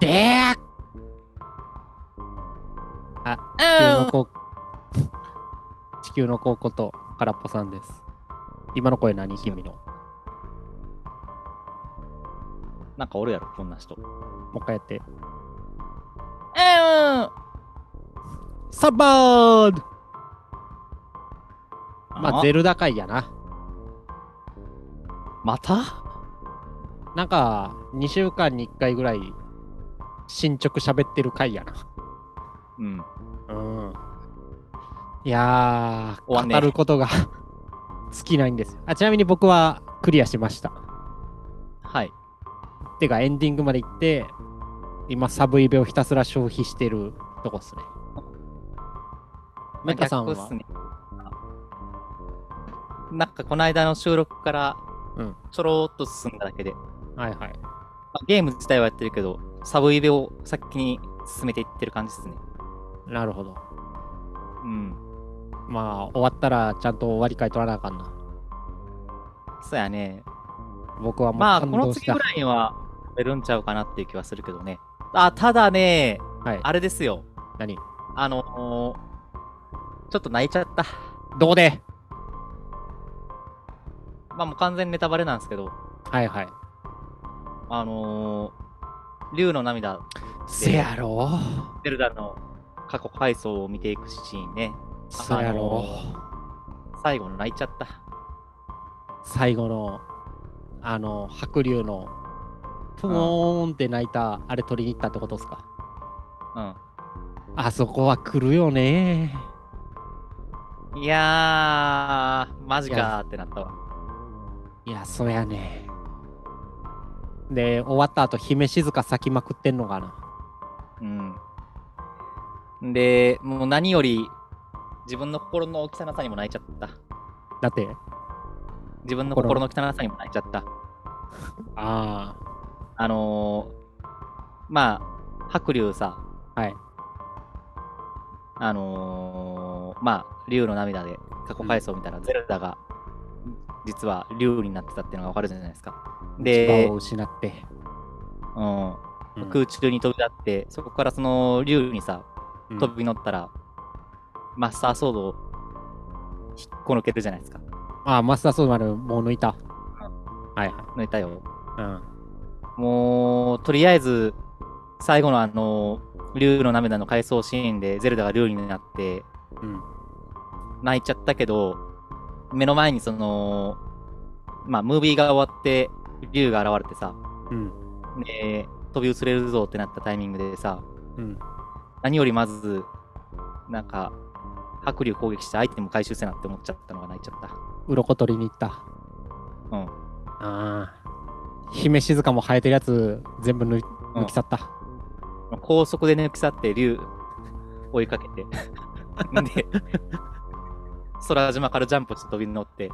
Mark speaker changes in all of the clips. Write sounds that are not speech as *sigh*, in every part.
Speaker 1: え地球の子地球の子こと空っぽさんです。今の声何君の。も
Speaker 2: なんかおるやろ、こんな人。
Speaker 1: う一回やって。
Speaker 3: うん。
Speaker 1: サバードまあ、ゼ
Speaker 2: る。
Speaker 1: ルダ界やな。
Speaker 2: また
Speaker 1: なんか、2週間に1回ぐらい、進捗喋ってる回やな。
Speaker 2: うん。
Speaker 1: うん。いや
Speaker 2: 終わ
Speaker 1: ー、
Speaker 2: んね
Speaker 1: 語ることが *laughs* 尽きないんですよ。あちなみに僕はクリアしました。
Speaker 2: はい。
Speaker 1: てか、エンディングまで行って、今、サブイベをひたすら消費してるとこっすね。メタさんは、
Speaker 2: 逆っすねなんかこの間の収録から
Speaker 1: うん
Speaker 2: ちょろーっと進んだだけで、ま
Speaker 1: はいはい。
Speaker 2: あゲーム自体はやってるけど、サブイベを先に進めていってる感じですね。
Speaker 1: なるほど。
Speaker 2: うん。
Speaker 1: まあ、終わったら、ちゃんと終わり会取らなあかんな。
Speaker 2: そうやね。
Speaker 1: 僕はもう
Speaker 2: まあ、こ
Speaker 1: 感
Speaker 2: の
Speaker 1: 動し
Speaker 2: 次
Speaker 1: た。
Speaker 2: ぐらいには出るんちゃうかなっていう気はするけどね。あ、ただね、
Speaker 1: はい。
Speaker 2: あれですよ。
Speaker 1: 何
Speaker 2: あのーちょっと泣いちゃった。
Speaker 1: どこで
Speaker 2: まあもう完全にネタバレなんですけど、
Speaker 1: はいはい。
Speaker 2: あのー、竜の涙、
Speaker 1: せやろ
Speaker 2: ゼルダの過去回想を見ていくシーンね、
Speaker 1: せやろ
Speaker 2: 最後泣いちゃった。
Speaker 1: 最後の、あの、白龍の、プーンって泣いた、あれ取りに行ったってことですかあそこは来るよね。
Speaker 2: うん。いやー、マジ
Speaker 1: いや
Speaker 2: かーってなったわ。
Speaker 1: いや、そやね。で、終わった後、姫静か咲きまくってんのかな。
Speaker 2: うん。で、もう何より、自分の心の汚さにも泣いちゃった。
Speaker 1: だって、
Speaker 2: 自分の
Speaker 1: 心
Speaker 2: 心の汚さにも泣いちゃった。
Speaker 1: あ
Speaker 2: あのー、まあ、白龍さ、
Speaker 1: あ、はい。
Speaker 2: あのー、まあ、竜の涙で過去回想を見たら、ゼルダが、実は竜になってたっていうのがわかるじゃないですか。
Speaker 1: 磁
Speaker 2: で
Speaker 1: 場を、失って。
Speaker 2: うん、
Speaker 1: うん
Speaker 2: 空中に飛び立って、そこからその竜にさ、
Speaker 1: うん
Speaker 2: 飛び乗ったら、マスターソードを引っこ抜けるじゃないですか。
Speaker 1: ああ、マスターソードまでもう抜いた。はいはい。
Speaker 2: 抜いたよ。
Speaker 1: うん。
Speaker 2: もう、とりあえず、最後のあの、竜の涙の回想シーンで、ゼルダが竜になって、
Speaker 1: うん。
Speaker 2: 泣いちゃったけど、目の前にその、まあ、ムービーが終わって、竜が現れてさ、
Speaker 1: うん。
Speaker 2: で、飛び移れるぞってなったタイミングでさ、
Speaker 1: うん。
Speaker 2: 何よりまず、なんか、白竜攻撃してアイテム回収せなって思っちゃったのが泣いちゃった。
Speaker 1: 鱗取りに行った。
Speaker 2: うん。
Speaker 1: ああ。姫静かも生えてるやつ、全部抜い抜き去った。
Speaker 2: 高速で抜き去って竜追いか *laughs* けてで空島からジャンプして飛び乗って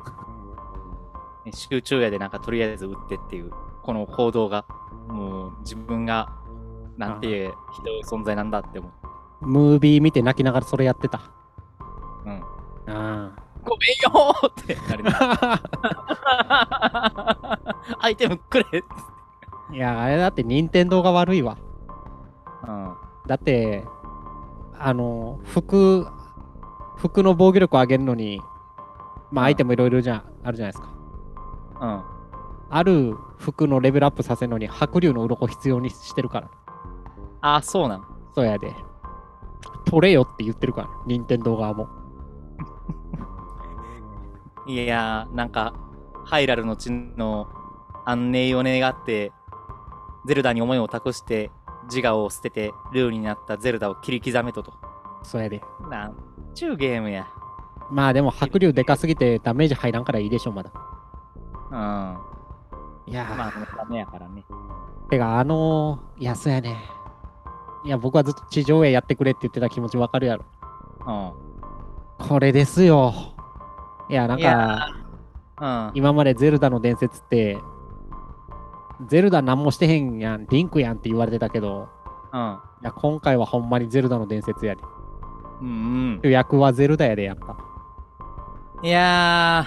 Speaker 2: 集中やでなんかとりあえず撃ってっていうこの行動がもう自分がなんていうひどい存在なんだって思う、
Speaker 1: ムービー見て泣きながらそれやってた。
Speaker 2: うん、
Speaker 1: あ
Speaker 2: ごめんよーってな *laughs* る
Speaker 1: あ。
Speaker 2: アイテムくれ、
Speaker 1: いや、あれだって、任天堂が悪いわ。
Speaker 2: うん、
Speaker 1: だって、あの、服、服の防御力を上げるのに、まあ、
Speaker 2: うん
Speaker 1: アイテムいろいろじゃ、あるじゃないですか。
Speaker 2: うん、
Speaker 1: ある服のレベルアップさせるのに、白竜の鱗必要にしてるから。
Speaker 2: あそうなん
Speaker 1: そうやで。取れよって言ってるから、任天堂側も。
Speaker 2: いやー、なんか、ハイラルの地の安寧を願って、ゼルダに思いを託して、自我を捨てて、ルーになったゼルダを切り刻めとと。
Speaker 1: そうやで。
Speaker 2: なんちゅうゲームや。
Speaker 1: まあでも、白竜でかすぎてダメージ入らんからいいでしょ、まだ。
Speaker 2: うん。ま
Speaker 1: いやー、
Speaker 2: あ、ダメやからね。
Speaker 1: てか、あのー、いや、そうやね。いや、僕はずっと地上絵やってくれって言ってた気持ちわかるやろ。
Speaker 2: う
Speaker 1: これですよ。いや、なん
Speaker 2: ん。い
Speaker 1: か
Speaker 2: や、ー、うん。
Speaker 1: 今までゼルダの伝説って、ゼルダ何もしてへんやん、リンクやんって言われてたけど、
Speaker 2: うん。
Speaker 1: いや、今回はほんまにゼルダの伝説やで。
Speaker 2: うん、
Speaker 1: 主役はゼルダやで、やっぱ。
Speaker 2: うん。いや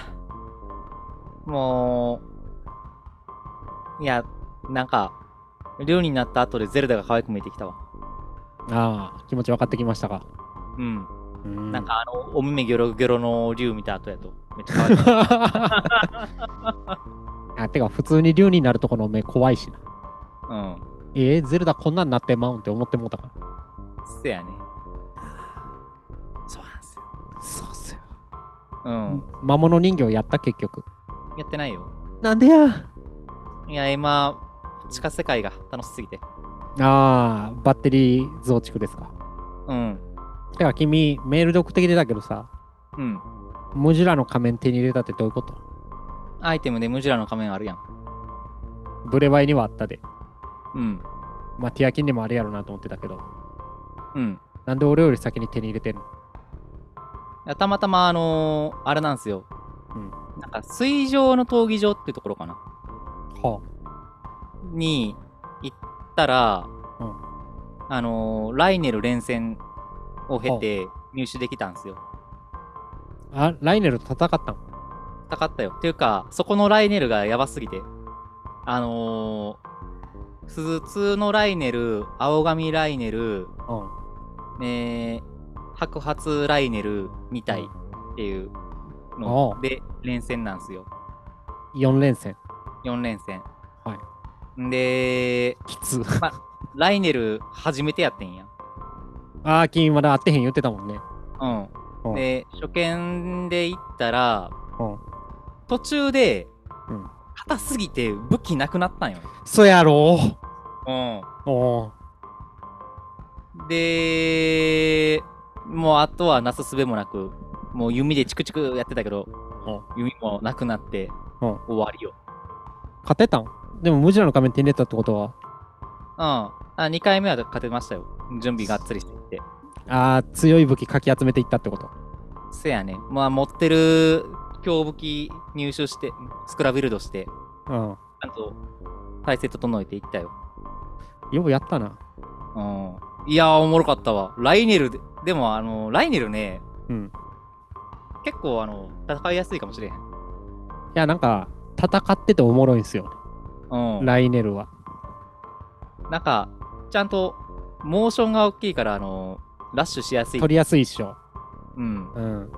Speaker 2: ー、もう、いや、なんか、竜になった後でゼルダが可愛く見えてきたわ。
Speaker 1: ああ、気持ち分かってきましたか。
Speaker 2: うん。
Speaker 1: うん
Speaker 2: なんかあの、お目ギョロギョロの竜見た後やと、めっちゃ可愛い。
Speaker 1: *laughs* *laughs* あてか、普通に竜になるとこの目怖いしな。
Speaker 2: うん。
Speaker 1: えー、ゼルダこんなんなってまうんって思ってもうたか
Speaker 2: せやね。そうなんすよ。
Speaker 1: ら。そうっすよ。
Speaker 2: うん。
Speaker 1: 魔物人形やった結局。
Speaker 2: やってないよ。
Speaker 1: なんでや
Speaker 2: いや、今、地下世界が楽しすぎて。
Speaker 1: ああ、バッテリー増築ですか。
Speaker 2: うん。
Speaker 1: てか、君、メールで送ってきてたけどさ、
Speaker 2: うん。
Speaker 1: ムジュラの仮面手に入れたってどういうこと
Speaker 2: アイテムでムジュラの仮面あるやん。
Speaker 1: ブレワイにはあったで。
Speaker 2: うん。
Speaker 1: まあ、ティアキンでもあるやろなと思ってたけど。
Speaker 2: うん。
Speaker 1: なんで俺より先に手に入れてんの
Speaker 2: いやたまたま、あのーあれなんですよ。
Speaker 1: うん
Speaker 2: なんか、水上の闘技場っていうところかな。
Speaker 1: は
Speaker 2: に行ったら、
Speaker 1: うん
Speaker 2: あのーライネル連戦を経て入手できたんですよ。
Speaker 1: あ、あライネルと戦ったん
Speaker 2: たかったよ。っていうか、そこのライネルがやばすぎて。あのー、普通のライネル、青髪ライネル、
Speaker 1: うん。
Speaker 2: えー、白髪ライネル2体っていうの
Speaker 1: お
Speaker 2: で連戦なんですよ。
Speaker 1: 4連戦。
Speaker 2: 4連戦。
Speaker 1: は
Speaker 2: で、
Speaker 1: きつ。 *laughs*
Speaker 2: ライネル初めてやってんや。
Speaker 1: ああ、君まだ会ってへん言ってたもんね。う
Speaker 2: う
Speaker 1: ん
Speaker 2: ん。で、初見で行ったら、
Speaker 1: うん
Speaker 2: 途中で
Speaker 1: うん、
Speaker 2: 硬すぎて武器なくなったんよ。
Speaker 1: そやろ
Speaker 2: うん。
Speaker 1: おお
Speaker 2: で、もうあとはなすすべもなく、もう弓でチクチクやってたけど、弓もなくなって、
Speaker 1: うん
Speaker 2: 終わりよ。
Speaker 1: 勝てたんでも、ムジュラの仮面手に入れたってことは、
Speaker 2: うん。あ、2回目は勝てましたよ。準備がっつりしていって。
Speaker 1: ああ、強い武器かき集めていったってこと。
Speaker 2: せやね。まあ持ってる強武器入手して、スクラビルドして、ち
Speaker 1: うん。
Speaker 2: ゃんと体勢整えていったよ。
Speaker 1: ようやったな。
Speaker 2: うん。いやー、おもろかったわ。ライネルで、でもあの、ライネルね、
Speaker 1: うん。
Speaker 2: 結構あの、戦いやすいかもしれへん。
Speaker 1: いや、なんか、戦ってておもろいんすよ。
Speaker 2: うん。
Speaker 1: ライネルは。
Speaker 2: なんか、ちゃんと、モーションが大きいから、あの、ラッシュしやすい。
Speaker 1: 取りやすいっしょ。
Speaker 2: うん。
Speaker 1: うん。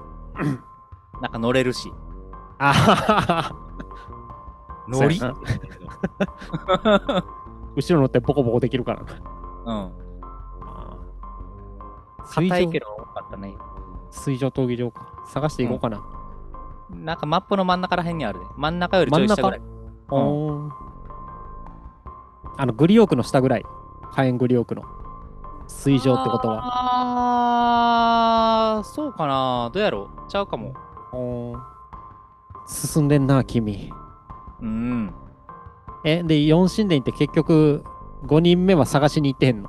Speaker 2: なんか乗れるし。
Speaker 1: あははは
Speaker 2: 乗り
Speaker 1: そうやな
Speaker 2: う
Speaker 1: 後ろ乗ってボコボコできるからな。
Speaker 2: ん。
Speaker 1: 水
Speaker 2: 硬い
Speaker 1: 上
Speaker 2: けど、多かったね。
Speaker 1: 水上闘技場か。探していこうかな。
Speaker 2: なんかマップの真ん中ら辺にあるね。真ん中よりちょい
Speaker 1: 真ん
Speaker 2: 下
Speaker 1: 中
Speaker 2: ぐらい。
Speaker 1: おお。あの、グリオークの下ぐらい。火炎グリオークの。水上ってことは。
Speaker 2: あー、そうかな。どうやろうちゃうかも。
Speaker 1: おー進んでんな君
Speaker 2: うん。
Speaker 1: えで4神殿って結局5人目は探しに行ってへんの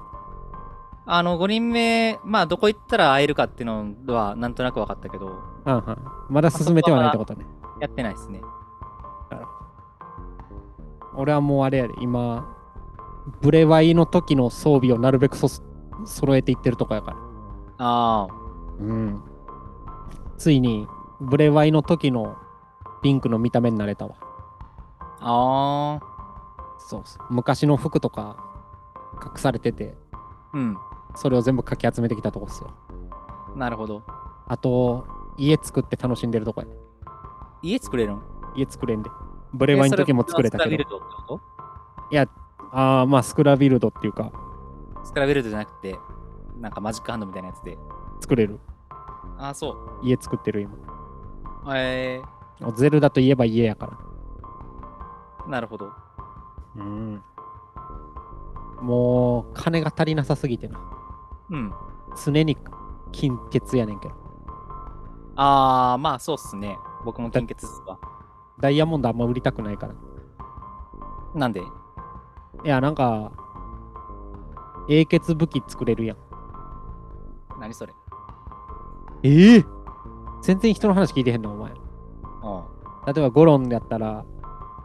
Speaker 2: あの、5人目、まあ、どこ行ったら会えるかっていうのは、なんとなく分かったけど、
Speaker 1: うんうんまだ進めてはないってことね
Speaker 2: やってないですね。
Speaker 1: 俺はもうあれやで今ブレワイの時の装備をなるべくそ揃えていってるとこやから
Speaker 2: あ
Speaker 1: うんついにブレワイの時のピンクの見た目になれたわ
Speaker 2: ー、あ
Speaker 1: そうそう昔の服とか隠されてて
Speaker 2: ー、うん。
Speaker 1: それを全部かき集めてきたとこっすよ
Speaker 2: なるほど。
Speaker 1: あと家作って楽しんでるとこや
Speaker 2: 家作れるん
Speaker 1: 家作れんで。ブレワイの時も作れたけど。
Speaker 2: えそれはスクラビルドってこ
Speaker 1: ああ、まあ、スクラビルドっていうか、
Speaker 2: とスクラビルドじゃなくて、なんかマジックハンドみたいなやつで。
Speaker 1: 作れる。
Speaker 2: ああ、そう。
Speaker 1: 家作ってる今。
Speaker 2: え
Speaker 1: ゼルダといえば家やから。
Speaker 2: ー、なるほど。
Speaker 1: うん。もう、金が足りなさすぎてな。
Speaker 2: うん。
Speaker 1: 常に金欠やねんけど。
Speaker 2: あー、まあそうっすね。僕も献血っすわ。
Speaker 1: ダイヤモンドあんま売りたくないから。
Speaker 2: なんで
Speaker 1: いや、なんか、英傑武器作れるやん。
Speaker 2: 何それ
Speaker 1: ええ全然人の話聞いてへんの、お前。例
Speaker 2: う
Speaker 1: えば、ゴロンやったら、
Speaker 2: ん。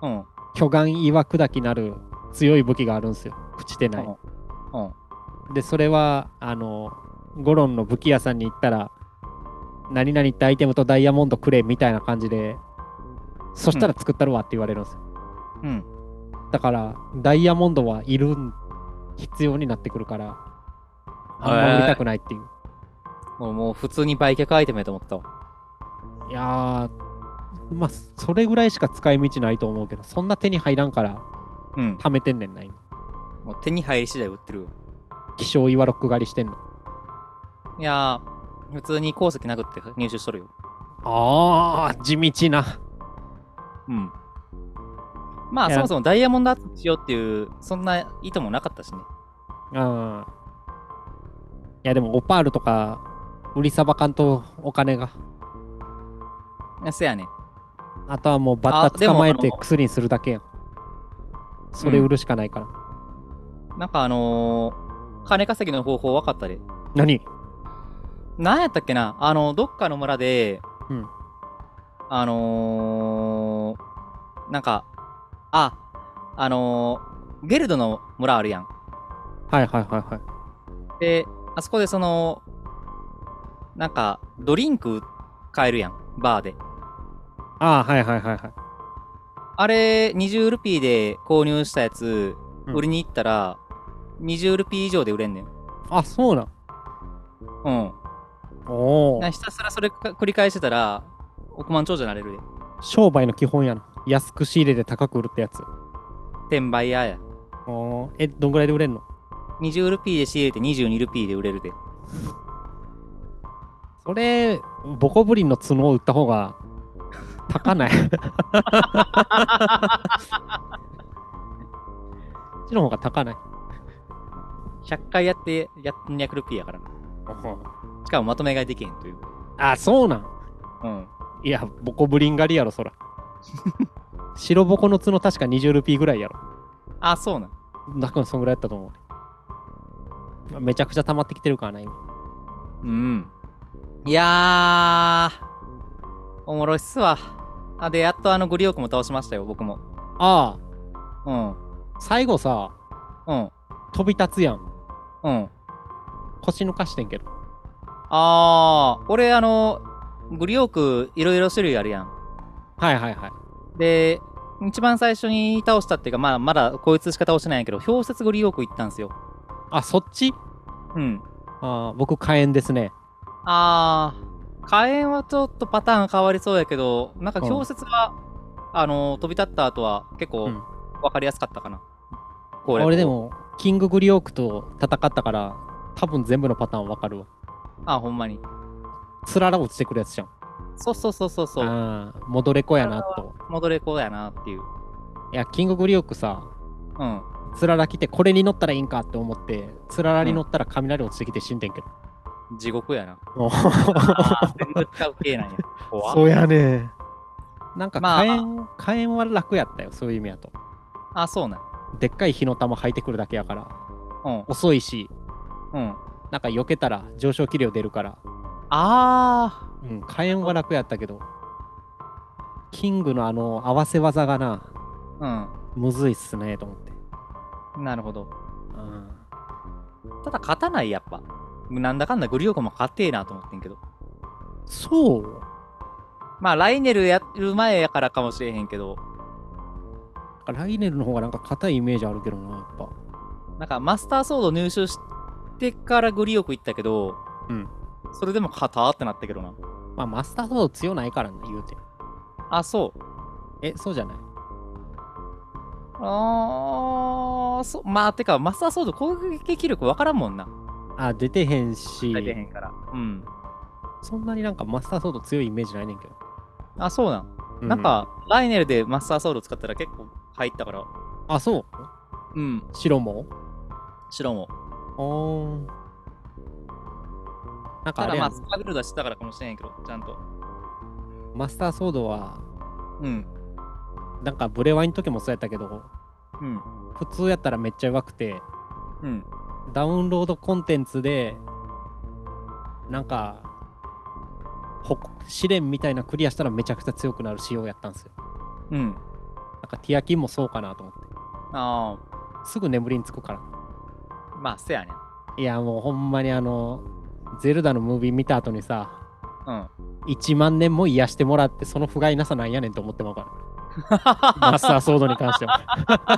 Speaker 2: うん。
Speaker 1: 巨岩岩砕きなる強い武器があるんすよ。朽ちてない。
Speaker 2: うん。うん。
Speaker 1: で、それは、あの、ゴロンの武器屋さんに行ったら、何々ってアイテムとダイヤモンドくれみたいな感じで、そしたら作ったるわって言われるんですよ。
Speaker 2: うん。
Speaker 1: だから、ダイヤモンドはいるん、必要になってくるから、あんま売りたくないっていう。
Speaker 2: もうもう普通に売却アイテムやと思ったわ。
Speaker 1: いやー、まあ、それぐらいしか使い道ないと思うけど、そんな手に入らんから、
Speaker 2: うん。
Speaker 1: 貯めてんねんな、今。
Speaker 2: もう手に入り次第売ってるよ。
Speaker 1: 希少岩ロック狩りしてんの。
Speaker 2: いやー、普通に鉱石殴って入手しとるよ。
Speaker 1: ああ、地道な。
Speaker 2: うん。まあ、
Speaker 1: いや
Speaker 2: そもそもダイヤモンドアップしようっていう、そんな意図もなかったしね。
Speaker 1: ああ。いや、でも、オパールとか、売りさばかんとお金が。
Speaker 2: いやせやね。
Speaker 1: あとはもう、バッ
Speaker 2: あ
Speaker 1: タ
Speaker 2: でも
Speaker 1: 捕まえ
Speaker 2: あ
Speaker 1: て
Speaker 2: の
Speaker 1: 薬にするだけやん。それ売るしかないから。
Speaker 2: なんかあのー、金稼ぎの方法分かったで。
Speaker 1: 何
Speaker 2: なんやったっけなあの、どっかの村で、
Speaker 1: うん
Speaker 2: あのー、なんか、あ、あのー、ゲルドの村あるやん。
Speaker 1: はいはいはいはい。
Speaker 2: で、あそこでその、なんか、ドリンク買えるやん。バーで。
Speaker 1: ああ、はいはいはいはい。
Speaker 2: あれ、20ルピーで購入したやつ、
Speaker 1: うん
Speaker 2: 売りに行ったら、20ルピー以上で売れんねん。
Speaker 1: あ、そうなん。
Speaker 2: うん。
Speaker 1: おお
Speaker 2: な。ひたすらそれか繰り返してたら、億万長者になれるで。
Speaker 1: 商売の基本やな。安く仕入れて高く売るってやつ。
Speaker 2: 転売屋や。
Speaker 1: おお。え、どんぐらいで売れんの
Speaker 2: 20ルピーで仕入れて22ルピーで売れるで。
Speaker 1: それ、ボコブリンの角を売った方が、高ない。 *laughs* こっちの方が高ない。
Speaker 2: 100回やって、やっと200ルピーやからな。しかもまとめ買いできへんという。
Speaker 1: あ、そうなん。
Speaker 2: うん。
Speaker 1: いや、ボコブリン狩りやろ、そら。白ボコの角確か20ルピーぐらいやろ。
Speaker 2: あ、そうなん。
Speaker 1: だからそんぐらいやったと思う。めちゃくちゃ溜まってきてるからな、今。
Speaker 2: うん。いやー、おもろいっすわ。あ、で、やっとあのグリオークも倒しましたよ、僕も。
Speaker 1: あ
Speaker 2: うん。
Speaker 1: あ、最後さ、
Speaker 2: うん。
Speaker 1: 飛び立つやん。
Speaker 2: うん。
Speaker 1: 腰抜かしてんけど。
Speaker 2: あー、俺、あの、グリオーク、いろいろ種類あるやん。
Speaker 1: はいはいはい。
Speaker 2: で、一番最初に倒したっていうか、まあ、まだこいつしか倒してないんやけど、氷雪グリオーク行ったんすよ。
Speaker 1: あ、そっち
Speaker 2: うん。
Speaker 1: ああ、僕、火炎ですね。
Speaker 2: あー、火炎はちょっとパターン変わりそうやけど、なんか
Speaker 1: うん
Speaker 2: 氷雪は、あの、飛び立った後は結
Speaker 1: う
Speaker 2: 構
Speaker 1: ん
Speaker 2: わかりやすかったかな。攻略
Speaker 1: 俺で。も、キンググリオークと戦ったから、多分全部のパターンわかるわ。
Speaker 2: あ、ほんまに。
Speaker 1: つらら落ちてくるやつじゃん。
Speaker 2: そうそうそうそうそう。
Speaker 1: ああ、戻れ子やなと。
Speaker 2: 戻れこうやなっていう。
Speaker 1: いや、キンググリオークさ、
Speaker 2: うん。
Speaker 1: つらら来て、これに乗ったらいいんかって思って、つららに乗ったら雷落ちてきて死んでんけど。
Speaker 2: 地獄やな。
Speaker 1: *laughs* もう
Speaker 2: あー全部使う系
Speaker 1: *laughs*
Speaker 2: なんや。怖っ
Speaker 1: うやねなんか
Speaker 2: まあ
Speaker 1: 火炎、火炎は楽やったよ、そういう意味やと。
Speaker 2: あ、そうなん。
Speaker 1: でっかい火の玉吐いてくるだけやから、
Speaker 2: うん。
Speaker 1: 遅いし、
Speaker 2: うん。
Speaker 1: なんか避けたら上昇気流出るから、
Speaker 2: あ
Speaker 1: うん、火炎は楽やったけど、キングのあの合わせ技がな、
Speaker 2: ー。
Speaker 1: むずいっすね、と思って。
Speaker 2: うん。なるほど。
Speaker 1: うん
Speaker 2: ただ勝たない、やっぱ。なんだかんだグリオコも勝てえなと思ってんけど。
Speaker 1: そう
Speaker 2: まあ、ライネルやる前やからかもしれへんけど、
Speaker 1: ライネルの方がなんか硬いイメージあるけどな、やっぱ。
Speaker 2: なんかマスターソード入手してからグリオコ行ったけど、
Speaker 1: うん。
Speaker 2: それでも勝たってなったけどな。
Speaker 1: まあ、マスターソード強ないからね、言うて。
Speaker 2: あ、そう。
Speaker 1: え、そうじゃない
Speaker 2: あー、そまあ、てか、マスターソード攻撃力わからんもんな。
Speaker 1: あ、出てへんし、
Speaker 2: 出てへんから。うん。
Speaker 1: そんなになんかマスターソード強いイメージないねんけど。
Speaker 2: あ、そうなん。なんか、ライネルでマスターソード使ったら結構入ったから。
Speaker 1: うん、あ、そう
Speaker 2: うん。
Speaker 1: 白も
Speaker 2: 白も。
Speaker 1: おーん。なんか
Speaker 2: た
Speaker 1: あ
Speaker 2: だ
Speaker 1: れや
Speaker 2: まあ、
Speaker 1: ん
Speaker 2: スパグルダしてたからかもしれへんけど、ちゃんと。
Speaker 1: マスターソードは、
Speaker 2: うん。
Speaker 1: なんかブレワイの時もそうやったけど、
Speaker 2: うん。
Speaker 1: 普通やったらめっちゃ弱くて、
Speaker 2: うん。
Speaker 1: ダウンロードコンテンツで、なんか、ほ試練みたいなクリアしたらめちゃくちゃ強くなる仕様やったんですよ。
Speaker 2: うん。
Speaker 1: なんかティアキンもそうかなと思って。
Speaker 2: あ
Speaker 1: すぐ眠りにつくから。
Speaker 2: あ、まあ、せやねん。
Speaker 1: いやもうほんまにあの、ゼルダのムービー見た後にさ、
Speaker 2: うん。
Speaker 1: 1万年も癒してもらってその不甲斐なさなんやねんと思ってまうから。マスターソードに関しては。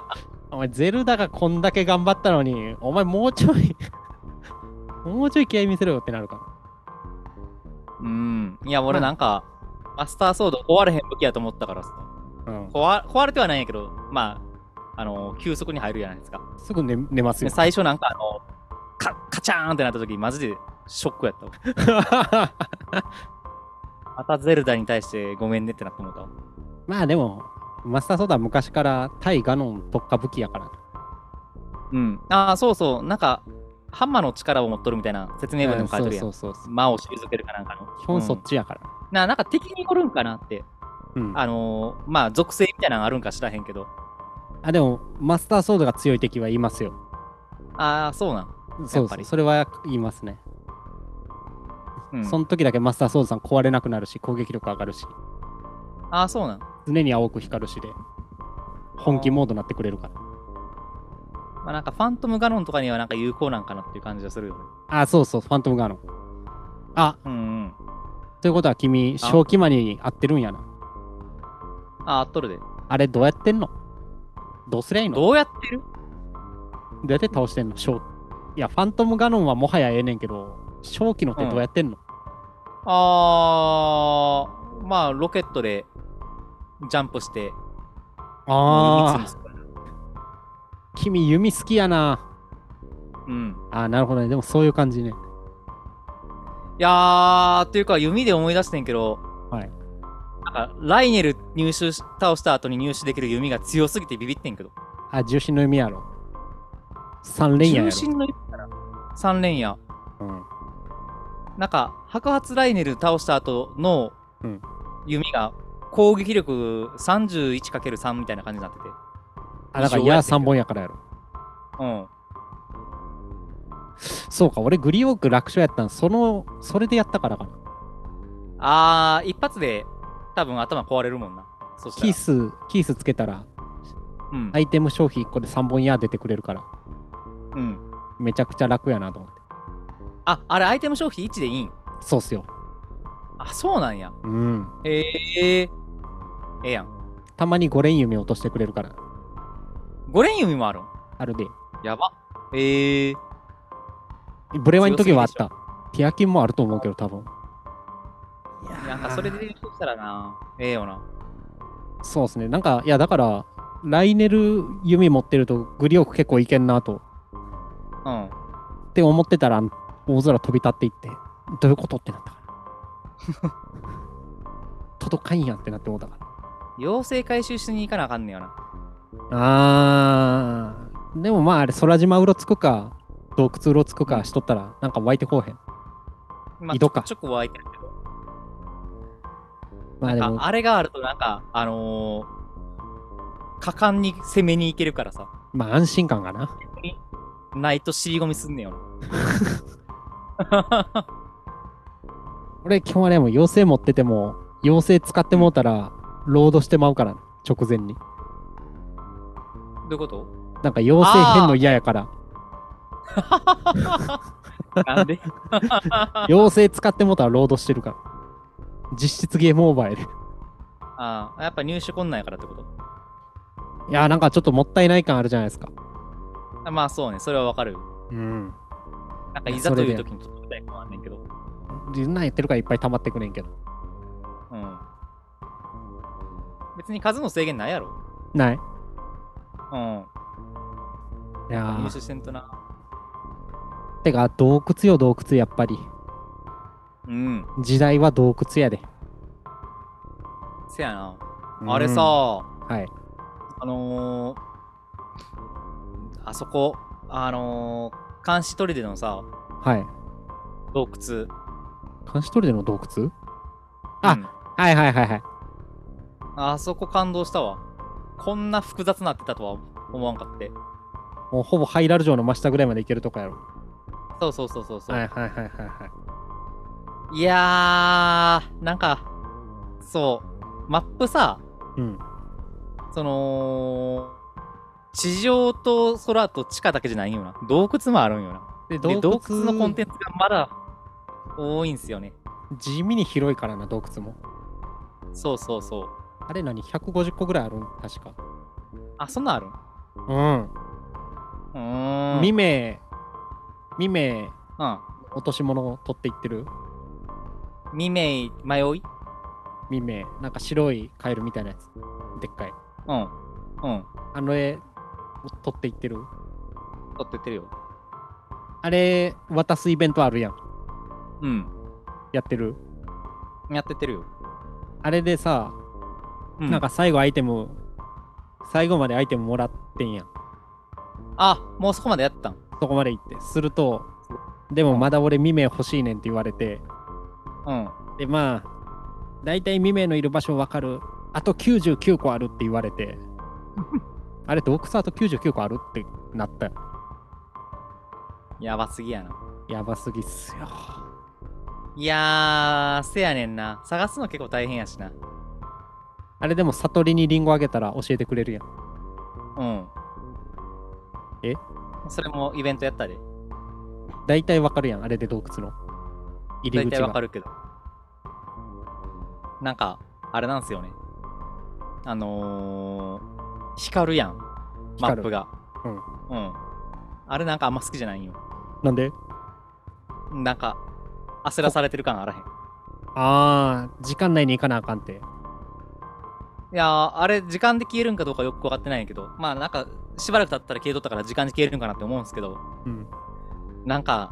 Speaker 1: *laughs* お前、ゼルダがこんだけ頑張ったのに、お前もうちょい、 *laughs* もうちょい気合い見せろよってなるか
Speaker 2: うん。いや、俺
Speaker 1: まあ
Speaker 2: なんか、マスターソード壊れへん武器やと思ったからさ。
Speaker 1: ら。うん。
Speaker 2: 壊壊れてはないんやけど、まあ、あの、急速に入るじゃないですか。
Speaker 1: すぐ寝寝ます
Speaker 2: で
Speaker 1: よ。
Speaker 2: 最初なんかあの、カカチャーンってなった時、マジでショックやったわ。またゼルダに対してごめんねってなって思ったわ。
Speaker 1: *laughs* まあでも、マスターソードは昔から対ガノン特化武器やから。
Speaker 2: うん。ああ、そうそう。なんか、ハンマーの力を持っとるみたいな説明文でも書いてるやん。
Speaker 1: うんそうそうそう
Speaker 2: 魔を退けるかなんかの。
Speaker 1: 基本そっ
Speaker 2: うん
Speaker 1: ちやから。
Speaker 2: ななんか敵におるんかなって。
Speaker 1: うん。
Speaker 2: あのーまあ、属性みたいなのあるんか知らへんけど。
Speaker 1: あ、でも、マスターソードが強い敵はいますよ。
Speaker 2: ああ、そうなん。
Speaker 1: そ
Speaker 2: や
Speaker 1: うそ
Speaker 2: っぱ
Speaker 1: う。
Speaker 2: り
Speaker 1: それは言いますね。
Speaker 2: うん、
Speaker 1: その時だけマスターソードさん壊れなくなるし、攻撃力上がるし、
Speaker 2: ああ、そうなん。
Speaker 1: 常に青く光るしで、本気モードになってくれるから。
Speaker 2: まあ、なんか、ファントムガノンとかにはなんか有効なんかなっていう感じがするよね。
Speaker 1: あ、そうそう、ファントムガノン。あ、
Speaker 2: うんうん。
Speaker 1: ということは君、
Speaker 2: あ
Speaker 1: 正気マニに合ってるんやな。
Speaker 2: ああ、っとるで。
Speaker 1: あれ、どうやってんのどうすりゃいいのど
Speaker 2: どうやってる
Speaker 1: うやって倒してんの正いや、ファントムガノンはもはやええねんけど、正気の手どうやってんの、
Speaker 2: ああ、まあ、ロケットでジャンプして、
Speaker 1: ああ、
Speaker 2: 撃つんですよ
Speaker 1: 君、弓好きやな。
Speaker 2: うん。
Speaker 1: あーなるほどね。でもそういう感じね。
Speaker 2: いやー、っていうか、弓で思い出してんけど、
Speaker 1: はい
Speaker 2: なんか、ライネル入手し倒した後に入手できる弓が強すぎてビビってんけど。
Speaker 1: あ、重心の弓やろ。三連やや
Speaker 2: 中
Speaker 1: ろ。
Speaker 2: 心の弓から三連矢。
Speaker 1: うん
Speaker 2: なんか、白髪ライネル倒した後の
Speaker 1: うん
Speaker 2: 弓が攻撃力 31×3 みたいな感じになってて。
Speaker 1: あ、だから、
Speaker 2: 以上
Speaker 1: 矢
Speaker 2: やってんけど
Speaker 1: 3本やからやろ。
Speaker 2: うん。
Speaker 1: そうか、俺、グリオーク楽勝やったん、その、それでやったからかな。
Speaker 2: あー、一発で多分頭壊れるもんな。そしたら。
Speaker 1: キース、キースつけたら、
Speaker 2: うん。
Speaker 1: アイテム消費1個で3本矢出てくれるから、
Speaker 2: うん。
Speaker 1: めちゃくちゃ楽やなと思って。
Speaker 2: あ、あれ、アイテム消費1でいいん
Speaker 1: そうっすよ。
Speaker 2: あ、そうなんや。
Speaker 1: うん。
Speaker 2: えー、ええやん。
Speaker 1: たまに5連弓落としてくれるから、
Speaker 2: 五連弓もあるん
Speaker 1: あるで。
Speaker 2: やば。えー、
Speaker 1: ブレワイの時はあった。ティアキンもあると思うけど、多分。
Speaker 2: なんかそれで練習したらな、 *laughs* ええよな。
Speaker 1: そうですね。なんか、いや、だから、ライネル弓持ってると、グリオーク結構いけんなと、
Speaker 2: うん。
Speaker 1: って思ってたら、大空飛び立っていって、どういうことってなったから。 *laughs* 届かんやんってなって思ったから。
Speaker 2: 妖精回収しに行かなあかんねんよな。
Speaker 1: あー、でもまあ、あれ、空島うろつくか、洞窟うろつくかしとったら、なんか湧いてこうへん。
Speaker 2: ま
Speaker 1: 井戸か
Speaker 2: ちょくちょく湧いてるけど。
Speaker 1: まあで
Speaker 2: あ
Speaker 1: も、
Speaker 2: あれがあるとなんか、あのー、果敢に攻めに行けるからさ。
Speaker 1: まあ安心感がな。
Speaker 2: ないと尻込みすんねんよな。
Speaker 1: 俺、基本あれやもん妖精持ってても、妖精使ってもうたら、ロードしてまうから、直前に。
Speaker 2: どういうこと
Speaker 1: なんか妖精変の嫌やから、
Speaker 2: なんで
Speaker 1: *laughs* 妖精使ってもうたらロードしてるから。実質ゲームオーバーやで。
Speaker 2: ああ、やっぱ入手困難やからってこと
Speaker 1: いやーなんかちょっともったいない感あるじゃないですか。
Speaker 2: あまあそうね、それはわかるよ。
Speaker 1: うん。
Speaker 2: なんか
Speaker 1: いや
Speaker 2: いざとい
Speaker 1: そ
Speaker 2: う
Speaker 1: れで
Speaker 2: 時にちょっと痛いもんあんねんけど。
Speaker 1: そんなんやってるからいっぱい溜まってくねんけど。
Speaker 2: うん。別に数の制限ないやろ。
Speaker 1: ない。
Speaker 2: うん。
Speaker 1: いや
Speaker 2: 入
Speaker 1: ー
Speaker 2: 手せんとな。
Speaker 1: てか、洞窟よ、洞窟、やっぱり。
Speaker 2: うん。
Speaker 1: 時代は洞窟やで。
Speaker 2: せやな。
Speaker 1: うん
Speaker 2: あれさ、
Speaker 1: はい。
Speaker 2: あのー、あそこ、あのー、監視砦のさ、
Speaker 1: はい。
Speaker 2: 洞窟。
Speaker 1: 監視トリでの洞窟あ
Speaker 2: うん
Speaker 1: はいはいはいはい。
Speaker 2: あそこ感動したわ。こんな複雑なってたとは思わんかって。
Speaker 1: もうほぼハイラル城の真下ぐらいまで行けるとこやろ。
Speaker 2: そうそうそうそうそう。
Speaker 1: はいはいはいはいはい。
Speaker 2: い、やー、なんか、そう、マップさ、
Speaker 1: うん。
Speaker 2: その、地上と空と地下だけじゃないんよな。洞窟もあるんよな。
Speaker 1: で、
Speaker 2: で洞窟のコンテンツがまだ多いんすよね。
Speaker 1: 地味に広いからな、洞窟も。
Speaker 2: そうそうそう。
Speaker 1: あれ何 ?150 個ぐらいあるん確か。
Speaker 2: あ、そんなんあるんう
Speaker 1: うん。
Speaker 2: ーん。
Speaker 1: 2名、2名、
Speaker 2: うん。
Speaker 1: 落とし物を取っていってる
Speaker 2: 未明迷い
Speaker 1: ?2 名。なんか白いカエルみたいなやつ。でっかい。
Speaker 2: うん。うん。
Speaker 1: あの絵、取っていってる
Speaker 2: 取ってってるよ。
Speaker 1: あれ、渡すイベントあるやん。
Speaker 2: うん。
Speaker 1: やってる。
Speaker 2: やってってるよ。
Speaker 1: あれでさ、
Speaker 2: う
Speaker 1: なんか、最後アイテム、最後までアイテムもらってんやん。
Speaker 2: あ、もうそこまでやったん。
Speaker 1: そこまで行って。すると、でもまだ俺2名欲しいねんって言われて、
Speaker 2: うん。
Speaker 1: でまあ大体未明のいる場所わかるあと99個あるって言われてあれ洞窟あと99個あるってなったよ
Speaker 2: やばすぎやな。
Speaker 1: やばすぎっすよ
Speaker 2: いやー、せやねんな。探すの結構大変やしな。
Speaker 1: あれでも悟りにリンゴあげたら教えてくれるやん
Speaker 2: うん。
Speaker 1: え
Speaker 2: それもイベントやったで。
Speaker 1: 大体わかるやんあれで洞窟の入
Speaker 2: 大
Speaker 1: り口
Speaker 2: 体わか
Speaker 1: が
Speaker 2: るけど。なんか、あれなんすよね。あのー、光るやん。マ
Speaker 1: 光る
Speaker 2: ップが。うん。うん。あれなんかあんま好きじゃないんよ。
Speaker 1: なんで
Speaker 2: なんか、焦らされてる感あらへん。い
Speaker 1: あー時間内に行かなあかんって
Speaker 2: やー、あれ、時間で消えるんかどうかよくわかってないんやけど、まあなんか、しばらく経ったら消えとったから時間で消えるんかなって思うんですけど、
Speaker 1: うん
Speaker 2: なんか、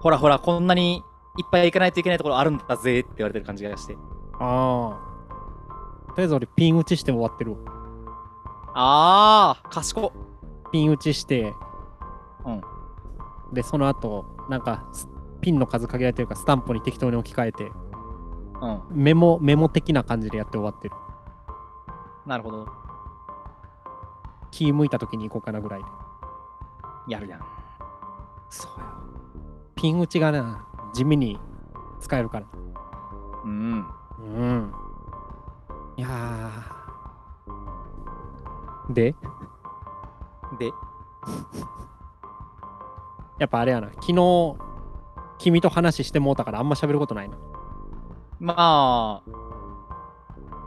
Speaker 2: ほらほら、こんなにいっぱい行かないといけないところあるんだぜって言われてる感じがして。
Speaker 1: ああとりあえず俺ピン打ちして終わってるわ
Speaker 2: あー、賢っ。
Speaker 1: ピン打ちして
Speaker 2: うん
Speaker 1: でその後なんかスピンの数限られてるからスタンプに適当に置き換えて
Speaker 2: うん。
Speaker 1: メモ、メモ的な感じでやって終わってる。
Speaker 2: なるほど。
Speaker 1: 気向いた時に行こうかなぐらいで。
Speaker 2: やるやん。
Speaker 1: そうよ。ピン打ちがな、地味に使えるから。
Speaker 2: うん。
Speaker 1: うん。いやー。で、
Speaker 2: で、
Speaker 1: やっぱあれやな、昨日、君と話してもうたからあんま喋ることないな。
Speaker 2: まあ、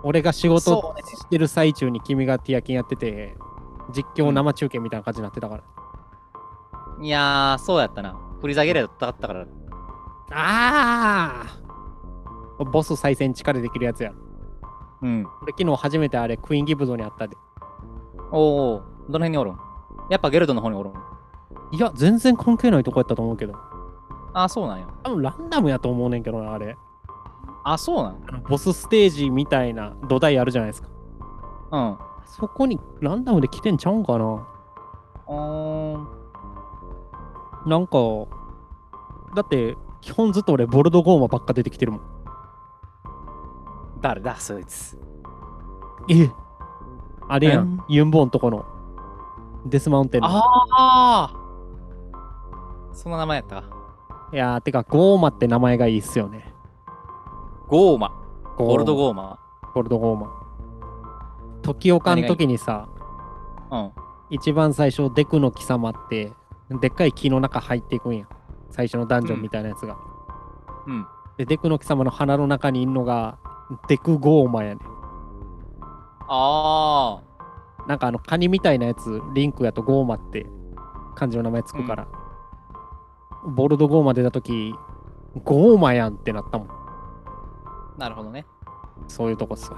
Speaker 1: 俺が仕事
Speaker 2: そうね
Speaker 1: してる最中に君がティアキンやってて、実況生中継みたいな感じになってたから。
Speaker 2: いやー、そうやったな。振り下げりゃだったから。
Speaker 1: あーボス再戦力でできるやつや。
Speaker 2: うん。
Speaker 1: 俺昨日初めてあれ、クイーンギブドにあったで。
Speaker 2: おお、どの辺におるんやっぱゲルドの方におるん
Speaker 1: いや、全然関係ないとこやったと思うけど。
Speaker 2: あー、そうなんや。
Speaker 1: 多分ランダムやと思うねんけどな、あれ。
Speaker 2: あ、そうなん
Speaker 1: あのボスステージみたいな土台あるじゃないですか。
Speaker 2: うん。
Speaker 1: そこにランダムで来てんちゃうんかな
Speaker 2: うーん。
Speaker 1: なんか、だって、基本ずっと俺、ボルドゴーマばっか出てきてるもん。
Speaker 2: 誰だ、そいつ。
Speaker 1: えあれや
Speaker 2: えん
Speaker 1: ん、ユンボンとこの、デスマウンテンの。
Speaker 2: ああそんな名前やったか。
Speaker 1: いやー、てか、ゴーマって名前がいいっすよね。
Speaker 2: ゴーマ。ゴールド
Speaker 1: ー
Speaker 2: ゴーマ。
Speaker 1: マ。ボルドゴーマ。時岡の時にさ、
Speaker 2: うん。
Speaker 1: 一番最初デクの貴様ってでっかい木の中入っていくんや最初のダンジョンみたいなやつが、
Speaker 2: うん。
Speaker 1: でデクの貴様の鼻の中にいんのがデクゴーマやね
Speaker 2: あ
Speaker 1: なんかあのカニみたいなやつリンクやとゴーマって漢字の名前つくから、ボルドゴーマ出た時ゴーマやんってなったもん
Speaker 2: あなるほどね。
Speaker 1: そういうとこっすわ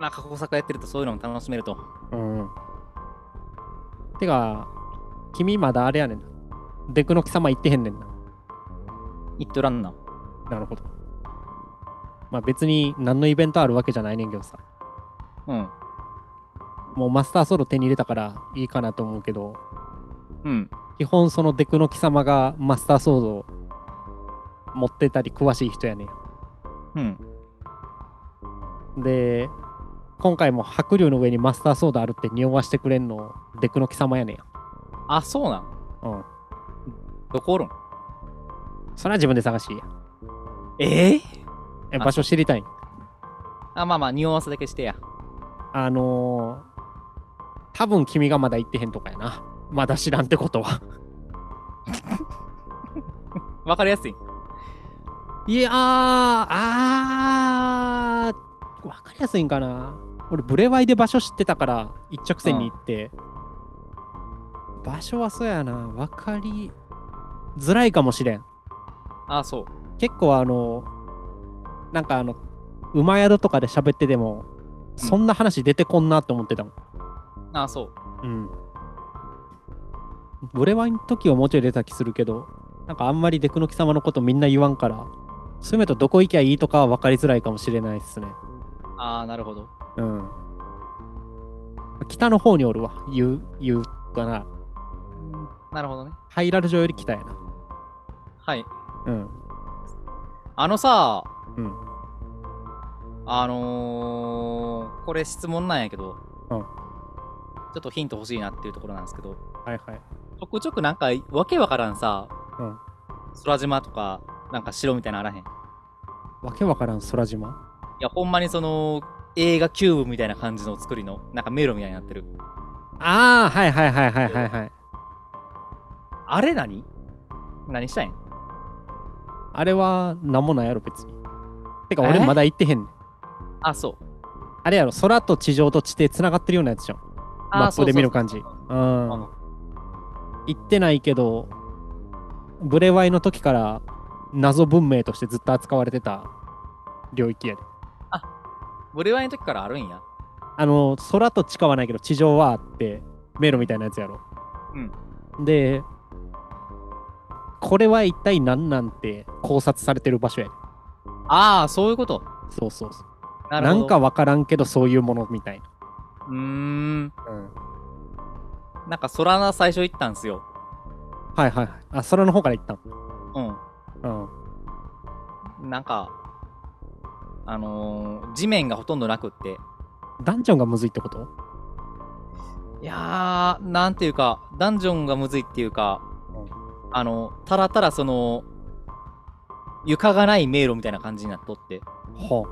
Speaker 2: なんか工作やってるとそういうのも楽しめると。
Speaker 1: うんてか君まだあれやねんなデクの貴様行ってへんねんな
Speaker 2: 言っとらんな。
Speaker 1: なるほど。まあ別に何のイベントあるわけじゃないねんけどさ。
Speaker 2: うん。
Speaker 1: もうマスターソロ手に入れたからいいかなと思うけど、
Speaker 2: うん。
Speaker 1: 基本そのデクの貴様がマスターソードを持ってたり詳しい人やね
Speaker 2: うん。
Speaker 1: ん。で、今回も白竜の上にマスターソードあるって匂わしてくれんのデクの貴様やねんや。
Speaker 2: あ、そうなん。
Speaker 1: うん。
Speaker 2: どこおるん
Speaker 1: それは自分で探しいや。
Speaker 2: ええ
Speaker 1: え
Speaker 2: あ
Speaker 1: 場所知りたいん。
Speaker 2: あ、まあまあ、匂わせだけしてや。
Speaker 1: あのー、多分君がまだ行ってへんとかやな。まだ知らんってことは。
Speaker 2: わかりやすい。
Speaker 1: いやー、あー、分かりやすいんかな俺ブレワイで場所知ってたから一直線に行って、場所はそうやな分かりづらいかもしれん
Speaker 2: ああ、そう。
Speaker 1: 結構あのなんかあの馬宿とかで喋っててもそんな話出てこんなって思ってたもん
Speaker 2: ああ、そ
Speaker 1: う
Speaker 2: う。
Speaker 1: んブレワイの時はもうちょい出た気するけどなんかあんまりデクノキ様のことみんな言わんからそういう意味だとどこ行きゃいいとかは分かりづらいかもしれないですね
Speaker 2: ああ、なるほど。
Speaker 1: うん。北の方におるわ。言う、言うかな。
Speaker 2: なるほどね。
Speaker 1: ハイラル城より北やな。
Speaker 2: はい。
Speaker 1: うん。
Speaker 2: あのさ、
Speaker 1: うん。
Speaker 2: あのー、これ質問なんやけど、
Speaker 1: うん
Speaker 2: ちょっとヒント欲しいなっていうところなんですけど、
Speaker 1: はいはい。
Speaker 2: ちょくちょくなんか、わけわからんさ、
Speaker 1: うん
Speaker 2: 空島とか、なんか城みたいなのあらへん。い
Speaker 1: わけわからん空島。
Speaker 2: や、ほんまにその、映画キューブみたいな感じの作りの、なんか迷路みたいになってる。
Speaker 1: ああ、はいはいはいはいはいはい。
Speaker 2: あれ何何したいん
Speaker 1: あれは、なんもないやろ、別に。てか、俺
Speaker 2: え
Speaker 1: まだ行ってへんねん。
Speaker 2: あ、そう。
Speaker 1: あれやろ、空と地上と地底繋がってるようなやつじゃん。
Speaker 2: あ
Speaker 1: マップで見る感じ。。
Speaker 2: そううんそうそう
Speaker 1: 行ってないけど、ブレワイの時から謎文明としてずっと扱われてた領域やで。
Speaker 2: ブレワイの時からあるんや。
Speaker 1: あの空と地下はないけど地上はあって迷路みたいなやつやろ。でこれは一体何なんて考察されてる場所やね
Speaker 2: ああ、そういうこと。
Speaker 1: そうそうそう
Speaker 2: な
Speaker 1: な
Speaker 2: るほど。
Speaker 1: んか、わからんけどそういうものみたいな。
Speaker 2: うー
Speaker 1: う
Speaker 2: ん。
Speaker 1: ん、
Speaker 2: なんか空の最初行ったんすよ。
Speaker 1: はいはいはい。あ空の方から行った
Speaker 2: う
Speaker 1: の。うん。
Speaker 2: ん。なんか、あのー地面がほとんどなくって。
Speaker 1: ダンジョンがむずいってこと
Speaker 2: いやー、なんていうか、ダンジョンがむずいっていうか、あの、たらたらその、床がない迷路みたいな感じになっとって。
Speaker 1: ほ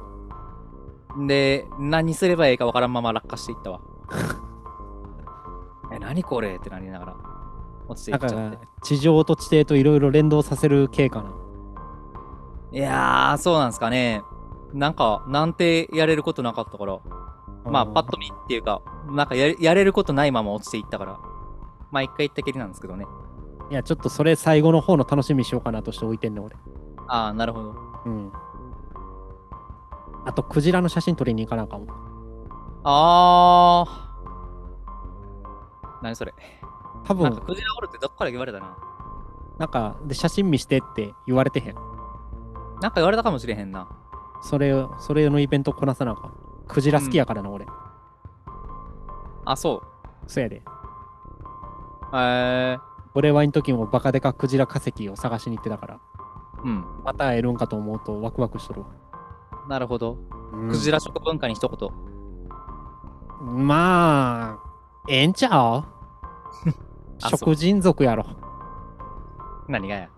Speaker 1: う。
Speaker 2: で、何すればいいかわからんまま落下していった *laughs* わ。え、何これってなりながら、落ちて
Speaker 1: だ
Speaker 2: いっちゃ
Speaker 1: か
Speaker 2: っ
Speaker 1: ら
Speaker 2: て。
Speaker 1: 地上と地底といろいろ連動させる系かな。
Speaker 2: いやー、そうなんすかね。なんか、なんてやれることなかったから。まあ、
Speaker 1: うん
Speaker 2: パッと見っていうか、なんかやれやれることないまま落ちていったから、まあ、一回行ったきりなんですけどね。
Speaker 1: いやちょっとそれ最後の方の楽しみにしようかなとして置いてんねん俺。
Speaker 2: ああ、なるほど。
Speaker 1: うん。あとクジラの写真撮りに行かなあかんわ。
Speaker 2: あー。何それ。
Speaker 1: 多
Speaker 2: な
Speaker 1: 分
Speaker 2: んか、クジラおるってどっから言われたな。
Speaker 1: なんか、で、写真見してって言われてへん。
Speaker 2: なんか言われたかもしれへんな。
Speaker 1: それ、それのイベントこなさなあかん。クジラ好きやからな、俺。
Speaker 2: あ、そう。
Speaker 1: そやで。
Speaker 2: えー。
Speaker 1: 俺ワイン時もバカデカクジラ化石を探しに行ってたから、
Speaker 2: うん。
Speaker 1: また会えるんかと思うとワクワクしとるわ。
Speaker 2: なるほど。
Speaker 1: うん
Speaker 2: クジラ食文化に一言。
Speaker 1: まあ、ええんち
Speaker 2: *laughs*
Speaker 1: ゃう
Speaker 2: あそう
Speaker 1: 食人族やろ。
Speaker 2: 何がや。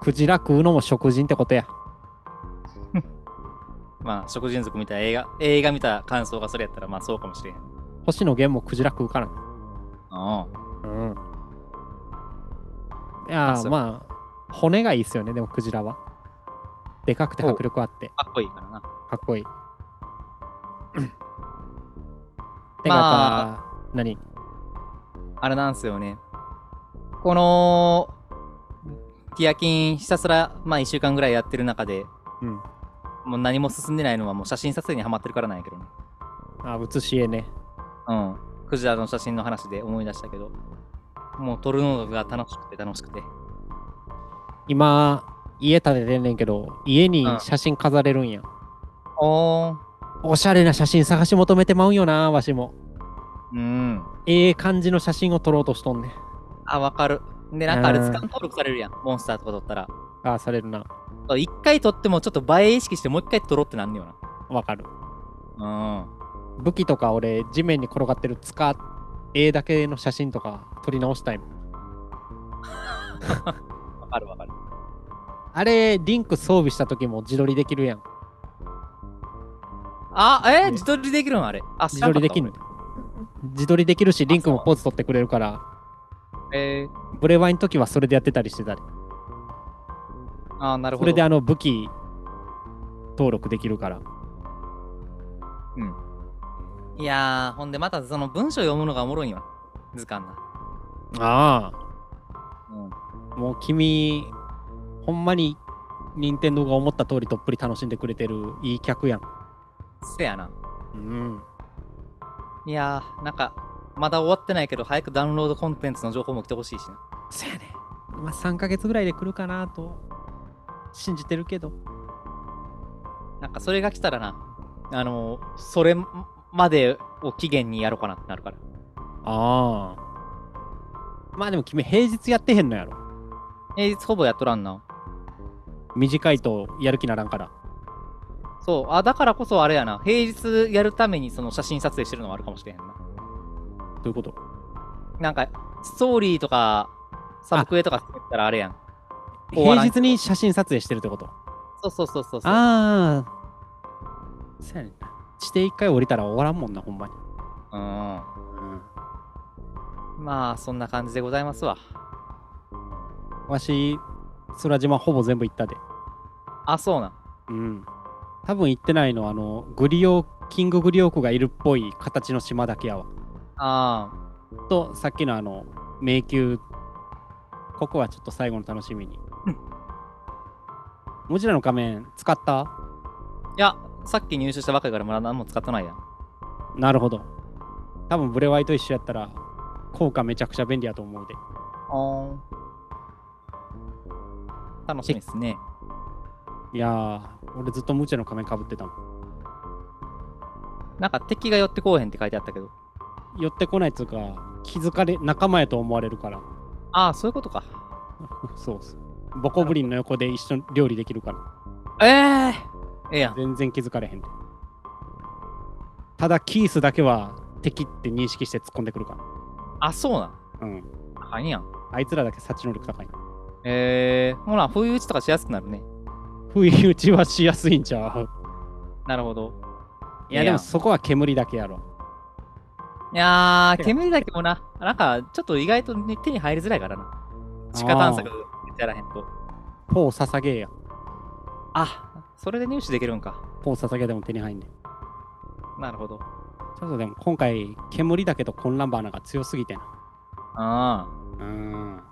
Speaker 1: クジラ食うのも食人ってことや。
Speaker 2: まあ、食人族見た映画、映画見た感想がそれやったら、まあ、そうかもしれへん。
Speaker 1: 星野源もクジラ食うから。
Speaker 2: あ
Speaker 1: うん。いや
Speaker 2: あ
Speaker 1: ー
Speaker 2: そう
Speaker 1: まあ、骨がいいっすよね、でもクジラは。でかくて迫力あって。
Speaker 2: あ、かっこいいからな。
Speaker 1: かっこ
Speaker 2: *clears throat*
Speaker 1: いい。てか、
Speaker 2: ま
Speaker 1: まあ、何
Speaker 2: あれなんですよね。この、ティアキンひたすら、まあ1週間ぐらいやってる中で、
Speaker 1: うん。
Speaker 2: もう何も進んでないのはもう写真撮影にハマってるからなんやけどね。
Speaker 1: あ、写し絵ね。
Speaker 2: うん。クジラの写真の話で思い出したけど、もう撮るのが楽しくて楽しくて。
Speaker 1: 今、家建ててんねんけど、家に写真飾れるんや。
Speaker 2: おー。
Speaker 1: おしゃれな写真探し求めてまうんよな、わしも。
Speaker 2: うん。
Speaker 1: ええ感じの写真を撮ろうとしとんねん。
Speaker 2: あ、わかる。で、なんかあれ
Speaker 1: うん
Speaker 2: 図鑑登録されるやん。モンスターとか撮ったら。
Speaker 1: ああ、されるな。
Speaker 2: そう一回撮ってもちょっと映え意識してもう一回撮ろうってなんねよ
Speaker 1: わかる。
Speaker 2: な。うん。
Speaker 1: 武器とか俺、地面に転がってる使絵だけの写真とか撮り直したいもん。
Speaker 2: わかるわかる。
Speaker 1: あれ、リンク装備した時も自撮りできるやん。
Speaker 2: あ、え
Speaker 1: ね
Speaker 2: 自撮りできるのあれ。あ、
Speaker 1: 自撮りでき
Speaker 2: る
Speaker 1: る。自撮りできるし、リンクもポーズ撮ってくれるから、
Speaker 2: えー、
Speaker 1: ブレワイの時はそれでやってたりしてたり。
Speaker 2: あー、なる
Speaker 1: そ
Speaker 2: ほ
Speaker 1: れ
Speaker 2: ど
Speaker 1: で。あの武器登録できるから。
Speaker 2: いやー、ほんでまたその文章読むのがおもろいんよ。図鑑な。
Speaker 1: あ
Speaker 2: うん。
Speaker 1: あ、もう君、ほんまに任天堂が思った通りどっぷり楽しんでくれてるいい客やん。
Speaker 2: せやな。
Speaker 1: うん。
Speaker 2: いやー、なんか、まだ終わってないけど、早くダウンロードコンテンツの情報も来てほしいしな。
Speaker 1: そやね。まあ3ヶ月ぐらいで来るかなと信じてるけど。
Speaker 2: なんかそれが来たらな、あのー、それまでを期限にやろうかなってなるから。
Speaker 1: ああ。まあでも君平日やってへんのやろ。
Speaker 2: 平日ほぼやっとらんな。
Speaker 1: 短いとやる気ならんから。
Speaker 2: そう、あ、だからこそあれやな。平日やるためにその写真撮影してるのもあるかもしれへんな。
Speaker 1: どういうこと
Speaker 2: なんか、ストーリーとか、サブクエとか作ったらあれやん。終わら
Speaker 1: 平
Speaker 2: ん
Speaker 1: 日に写真撮影してるってこと
Speaker 2: そうそうそうそうそう。
Speaker 1: ああ。そやねんな。地底一回降りたら終わらんもんな、ほんまに。
Speaker 2: うん。
Speaker 1: うん。
Speaker 2: まあ、そんな感じでございますわ。
Speaker 1: わし、空島ほぼ全部行ったで。
Speaker 2: あ、そうなん。
Speaker 1: うん。多分行ってないのは、あの、グリオ、キンググリオ湖がいるっぽい形の島だけやわ。
Speaker 2: あ
Speaker 1: と、さっきのあの、迷宮、ここはちょっと最後の楽しみに
Speaker 2: うん。
Speaker 1: ムジラの仮面使った
Speaker 2: あ。いや、さっき入手したばっかりからまだ何も使ってないやん。
Speaker 1: なるほど。多分ブレワイと一緒やったら、効果めちゃくちゃ便利やと思うで。
Speaker 2: お楽しみですね。
Speaker 1: いやー、俺ずっとムチラの仮面かぶってたもん。
Speaker 2: なんか敵が寄ってこうへんって書いてあったけど。
Speaker 1: 寄ってこないっつうか、気づかれ、仲間やと思われるから。 *laughs*
Speaker 2: ああ、そういうことか。
Speaker 1: そうそう。ボコブリンの横で一緒に料理できるから。
Speaker 2: ええええやん。
Speaker 1: 全然気づかれへんでただキースだけは敵って認識して突っ込んでくるか
Speaker 2: あ、そうなん。
Speaker 1: らうん
Speaker 2: あかんやん。
Speaker 1: あいつらだけ察知能力高い
Speaker 2: ええほら、不意打ちとかしやすくなるね。
Speaker 1: 不意打ちはしやすいんちゃう
Speaker 2: なるほど。
Speaker 1: いや
Speaker 2: ええ
Speaker 1: で
Speaker 2: やん
Speaker 1: もそこは煙だけやろ
Speaker 2: いやー、煙だけもな、なんか、ちょっと意外とね手に入りづらいからな。地下探索やらへんと。
Speaker 1: ポー捧げや
Speaker 2: あ、それで入手できるんか。
Speaker 1: ポー捧げでも手に入んねん
Speaker 2: なるほど。
Speaker 1: ちょっとでも今回煙だけと混乱バーナーが強すぎてな
Speaker 2: ああ。
Speaker 1: うーん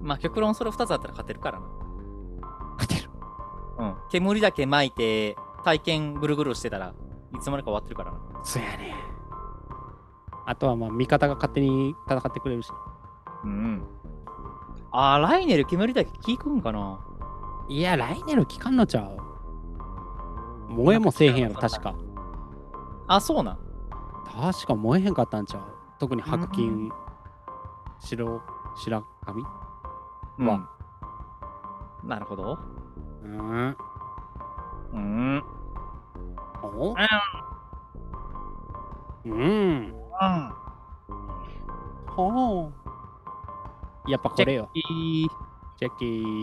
Speaker 2: まあ、極論それ2つあったら勝てるからな。
Speaker 1: 勝てる
Speaker 2: うん。煙だけ巻いて、体験ぐるぐるしてたらいつまでか終わってるからな。
Speaker 1: そやねあとはまあ味方が勝手に戦ってくれるし
Speaker 2: うん。あー、ライネル煙だけ効くんかない
Speaker 1: やライネル効かんのちゃう燃えもせえへんやろ確か
Speaker 2: あ、そうなん。
Speaker 1: 確か燃えへんかったんちゃう特に白金、白白髪
Speaker 2: うん
Speaker 1: わ。
Speaker 2: なるほど。
Speaker 1: うん
Speaker 2: うん。うん。
Speaker 1: おうんほうやっぱこれよ
Speaker 2: いい。
Speaker 1: ジャッキー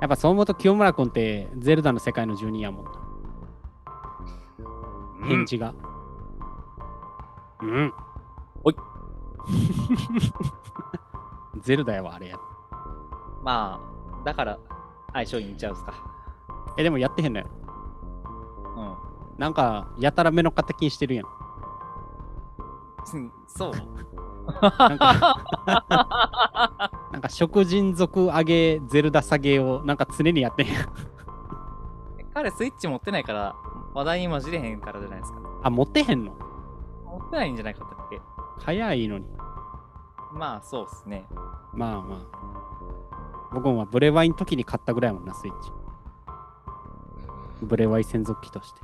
Speaker 1: やっぱそう思うと清村君ってゼルダの世界の住人やもんな返事がうん
Speaker 2: ほい
Speaker 1: *laughs* ゼルダやわあれや
Speaker 2: まあ、だから相性いいんちゃうっすか。
Speaker 1: えでもやってへんのやろ
Speaker 2: うん。
Speaker 1: なんかやたら目の敵にしてるやん
Speaker 2: うんそう。
Speaker 1: なん *laughs* かなんか食人族上げゼルダ下げをなんか常にやってんやん
Speaker 2: 彼スイッチ持ってないから、話題に混じれへんからじゃないですか。
Speaker 1: あ持ってへんの
Speaker 2: 持ってないんじゃないかったっけ
Speaker 1: 早いのに
Speaker 2: まあ、そうっすね。
Speaker 1: まあまあ僕もまあブレワイの時に買ったぐらいやもんなスイッチブレワイ専属機として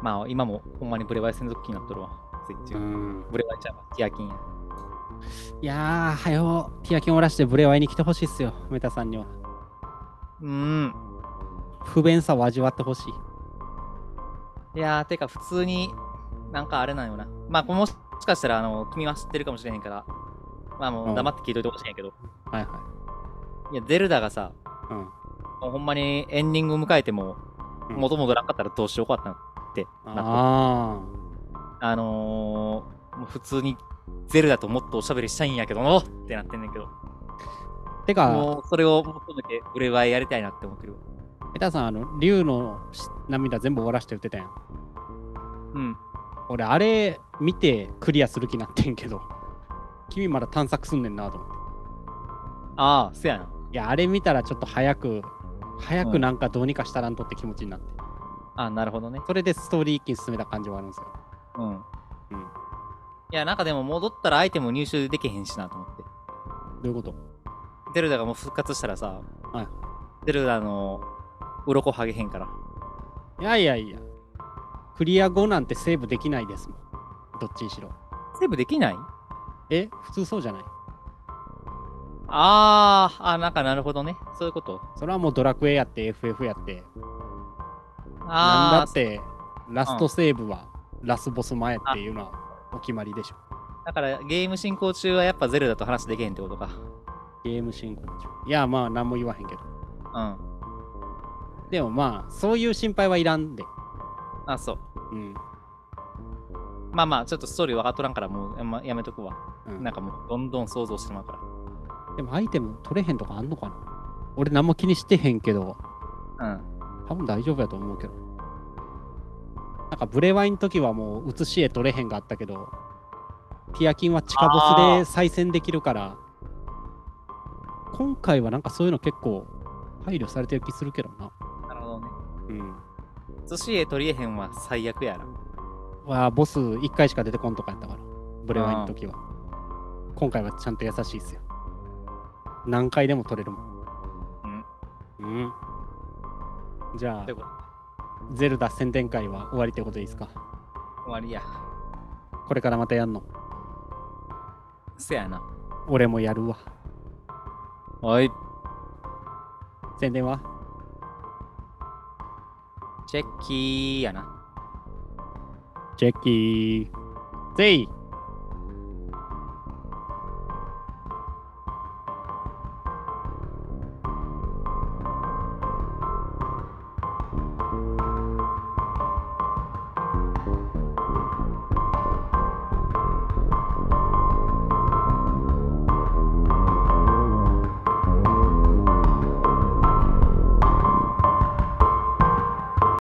Speaker 2: まあ、今もほんまにブレワイ専属機になっとるわ。スイッチ
Speaker 1: う
Speaker 2: が。
Speaker 1: ん
Speaker 2: ブレワイちゃんはティアキンや。
Speaker 1: いやーはよティアキンおらしてブレワイに来てほしいっすよメタさんには
Speaker 2: うん。
Speaker 1: 不便さを味わってほしい
Speaker 2: いやー、てか普通に、なんかあれなんよな。まあ、これもしかしたら、あの、君は知ってるかもしれへんから、まあ
Speaker 1: う
Speaker 2: も
Speaker 1: ん
Speaker 2: う黙って聞いといてほしいんやけど、
Speaker 1: はいはい
Speaker 2: や、ゼルダがさ、
Speaker 1: いうん
Speaker 2: もうほんまにエンディングを迎えても、
Speaker 1: うん
Speaker 2: 元々なかったらどうしようかったのってなっ
Speaker 1: あ
Speaker 2: とあのー、もう普通にゼルダともっとおしゃべりしたいんやけどのってなってんねんけど、
Speaker 1: あてか
Speaker 2: もうそれをもっとだけ俺はやりたいなって思ってる。
Speaker 1: エタさん、あの、竜のし涙全部終わらして打ってたやん。
Speaker 2: うん。
Speaker 1: 俺、あれ見てクリアする気なってんけど、君まだ探索すんねんなと思って。
Speaker 2: ああ、せやな。
Speaker 1: いや、あれ見たらちょっと早く、早
Speaker 2: う
Speaker 1: く
Speaker 2: ん
Speaker 1: なんかどうにかしたらんとって気持ちになって。
Speaker 2: ああ、なるほどね。
Speaker 1: それでストーリー一気に進めた感じはあるんですよ。
Speaker 2: うん。
Speaker 1: うん
Speaker 2: いや、なんかでも戻ったらアイテム入手できへんしなと思って。
Speaker 1: どういうこと
Speaker 2: ゼルダがもう復活したらさ、
Speaker 1: はい
Speaker 2: ゼルダの鱗剥げへんから。
Speaker 1: いやいやいや。クリア後なんてセーブできないですもん。どっちにしろ。
Speaker 2: セーブできない
Speaker 1: え普通そうじゃない
Speaker 2: あーあ、なんかなるほどね。そういうこと。
Speaker 1: それはもうドラクエやって FF やって、なんだ
Speaker 2: あ
Speaker 1: っ
Speaker 2: あ、
Speaker 1: てラストセーブはラスボス前っていうのはお決まりでしょ。
Speaker 2: だからゲーム進行中はやっぱゼルダと話できへんってことか。
Speaker 1: ゲーム進行中。いやまあ何も言わへんけど。
Speaker 2: うん。
Speaker 1: でもまあそういう心配はいらんで。
Speaker 2: あ、そう。
Speaker 1: うん。
Speaker 2: まあまあ、ちょっとストーリー分かっとらんから、もうや,、ま、やめとくわ。
Speaker 1: うん、
Speaker 2: なんかもう、どんどん想像してまうから。
Speaker 1: でもアイテム取れへんとかあんのかな俺何も気にしてへんけど、
Speaker 2: うん。
Speaker 1: 多分大丈夫やと思うけど。なんかブレワイの時はもう写し絵取れへんがあったけど、ピアキンは地下ボスで再戦できるから、今回はなんかそういうの結構配慮されてる気するけどな。
Speaker 2: なるほどね。
Speaker 1: うん。
Speaker 2: 寿司へ取りえへんは最悪やな。
Speaker 1: はボス1回しか出てこんとかやったから、ブレワイの時は。今回はちゃんと優しいっすよ。何回でも取れるもん。うん。じゃあ
Speaker 2: という、こと
Speaker 1: ゼルダ宣伝会は終わりってことでいいですか
Speaker 2: 終わりや。
Speaker 1: これからまたやんの
Speaker 2: せやな。
Speaker 1: 俺もやるわ。
Speaker 2: はい。
Speaker 1: 宣伝は
Speaker 2: チェッキーやな。
Speaker 1: チェッキー。ぜい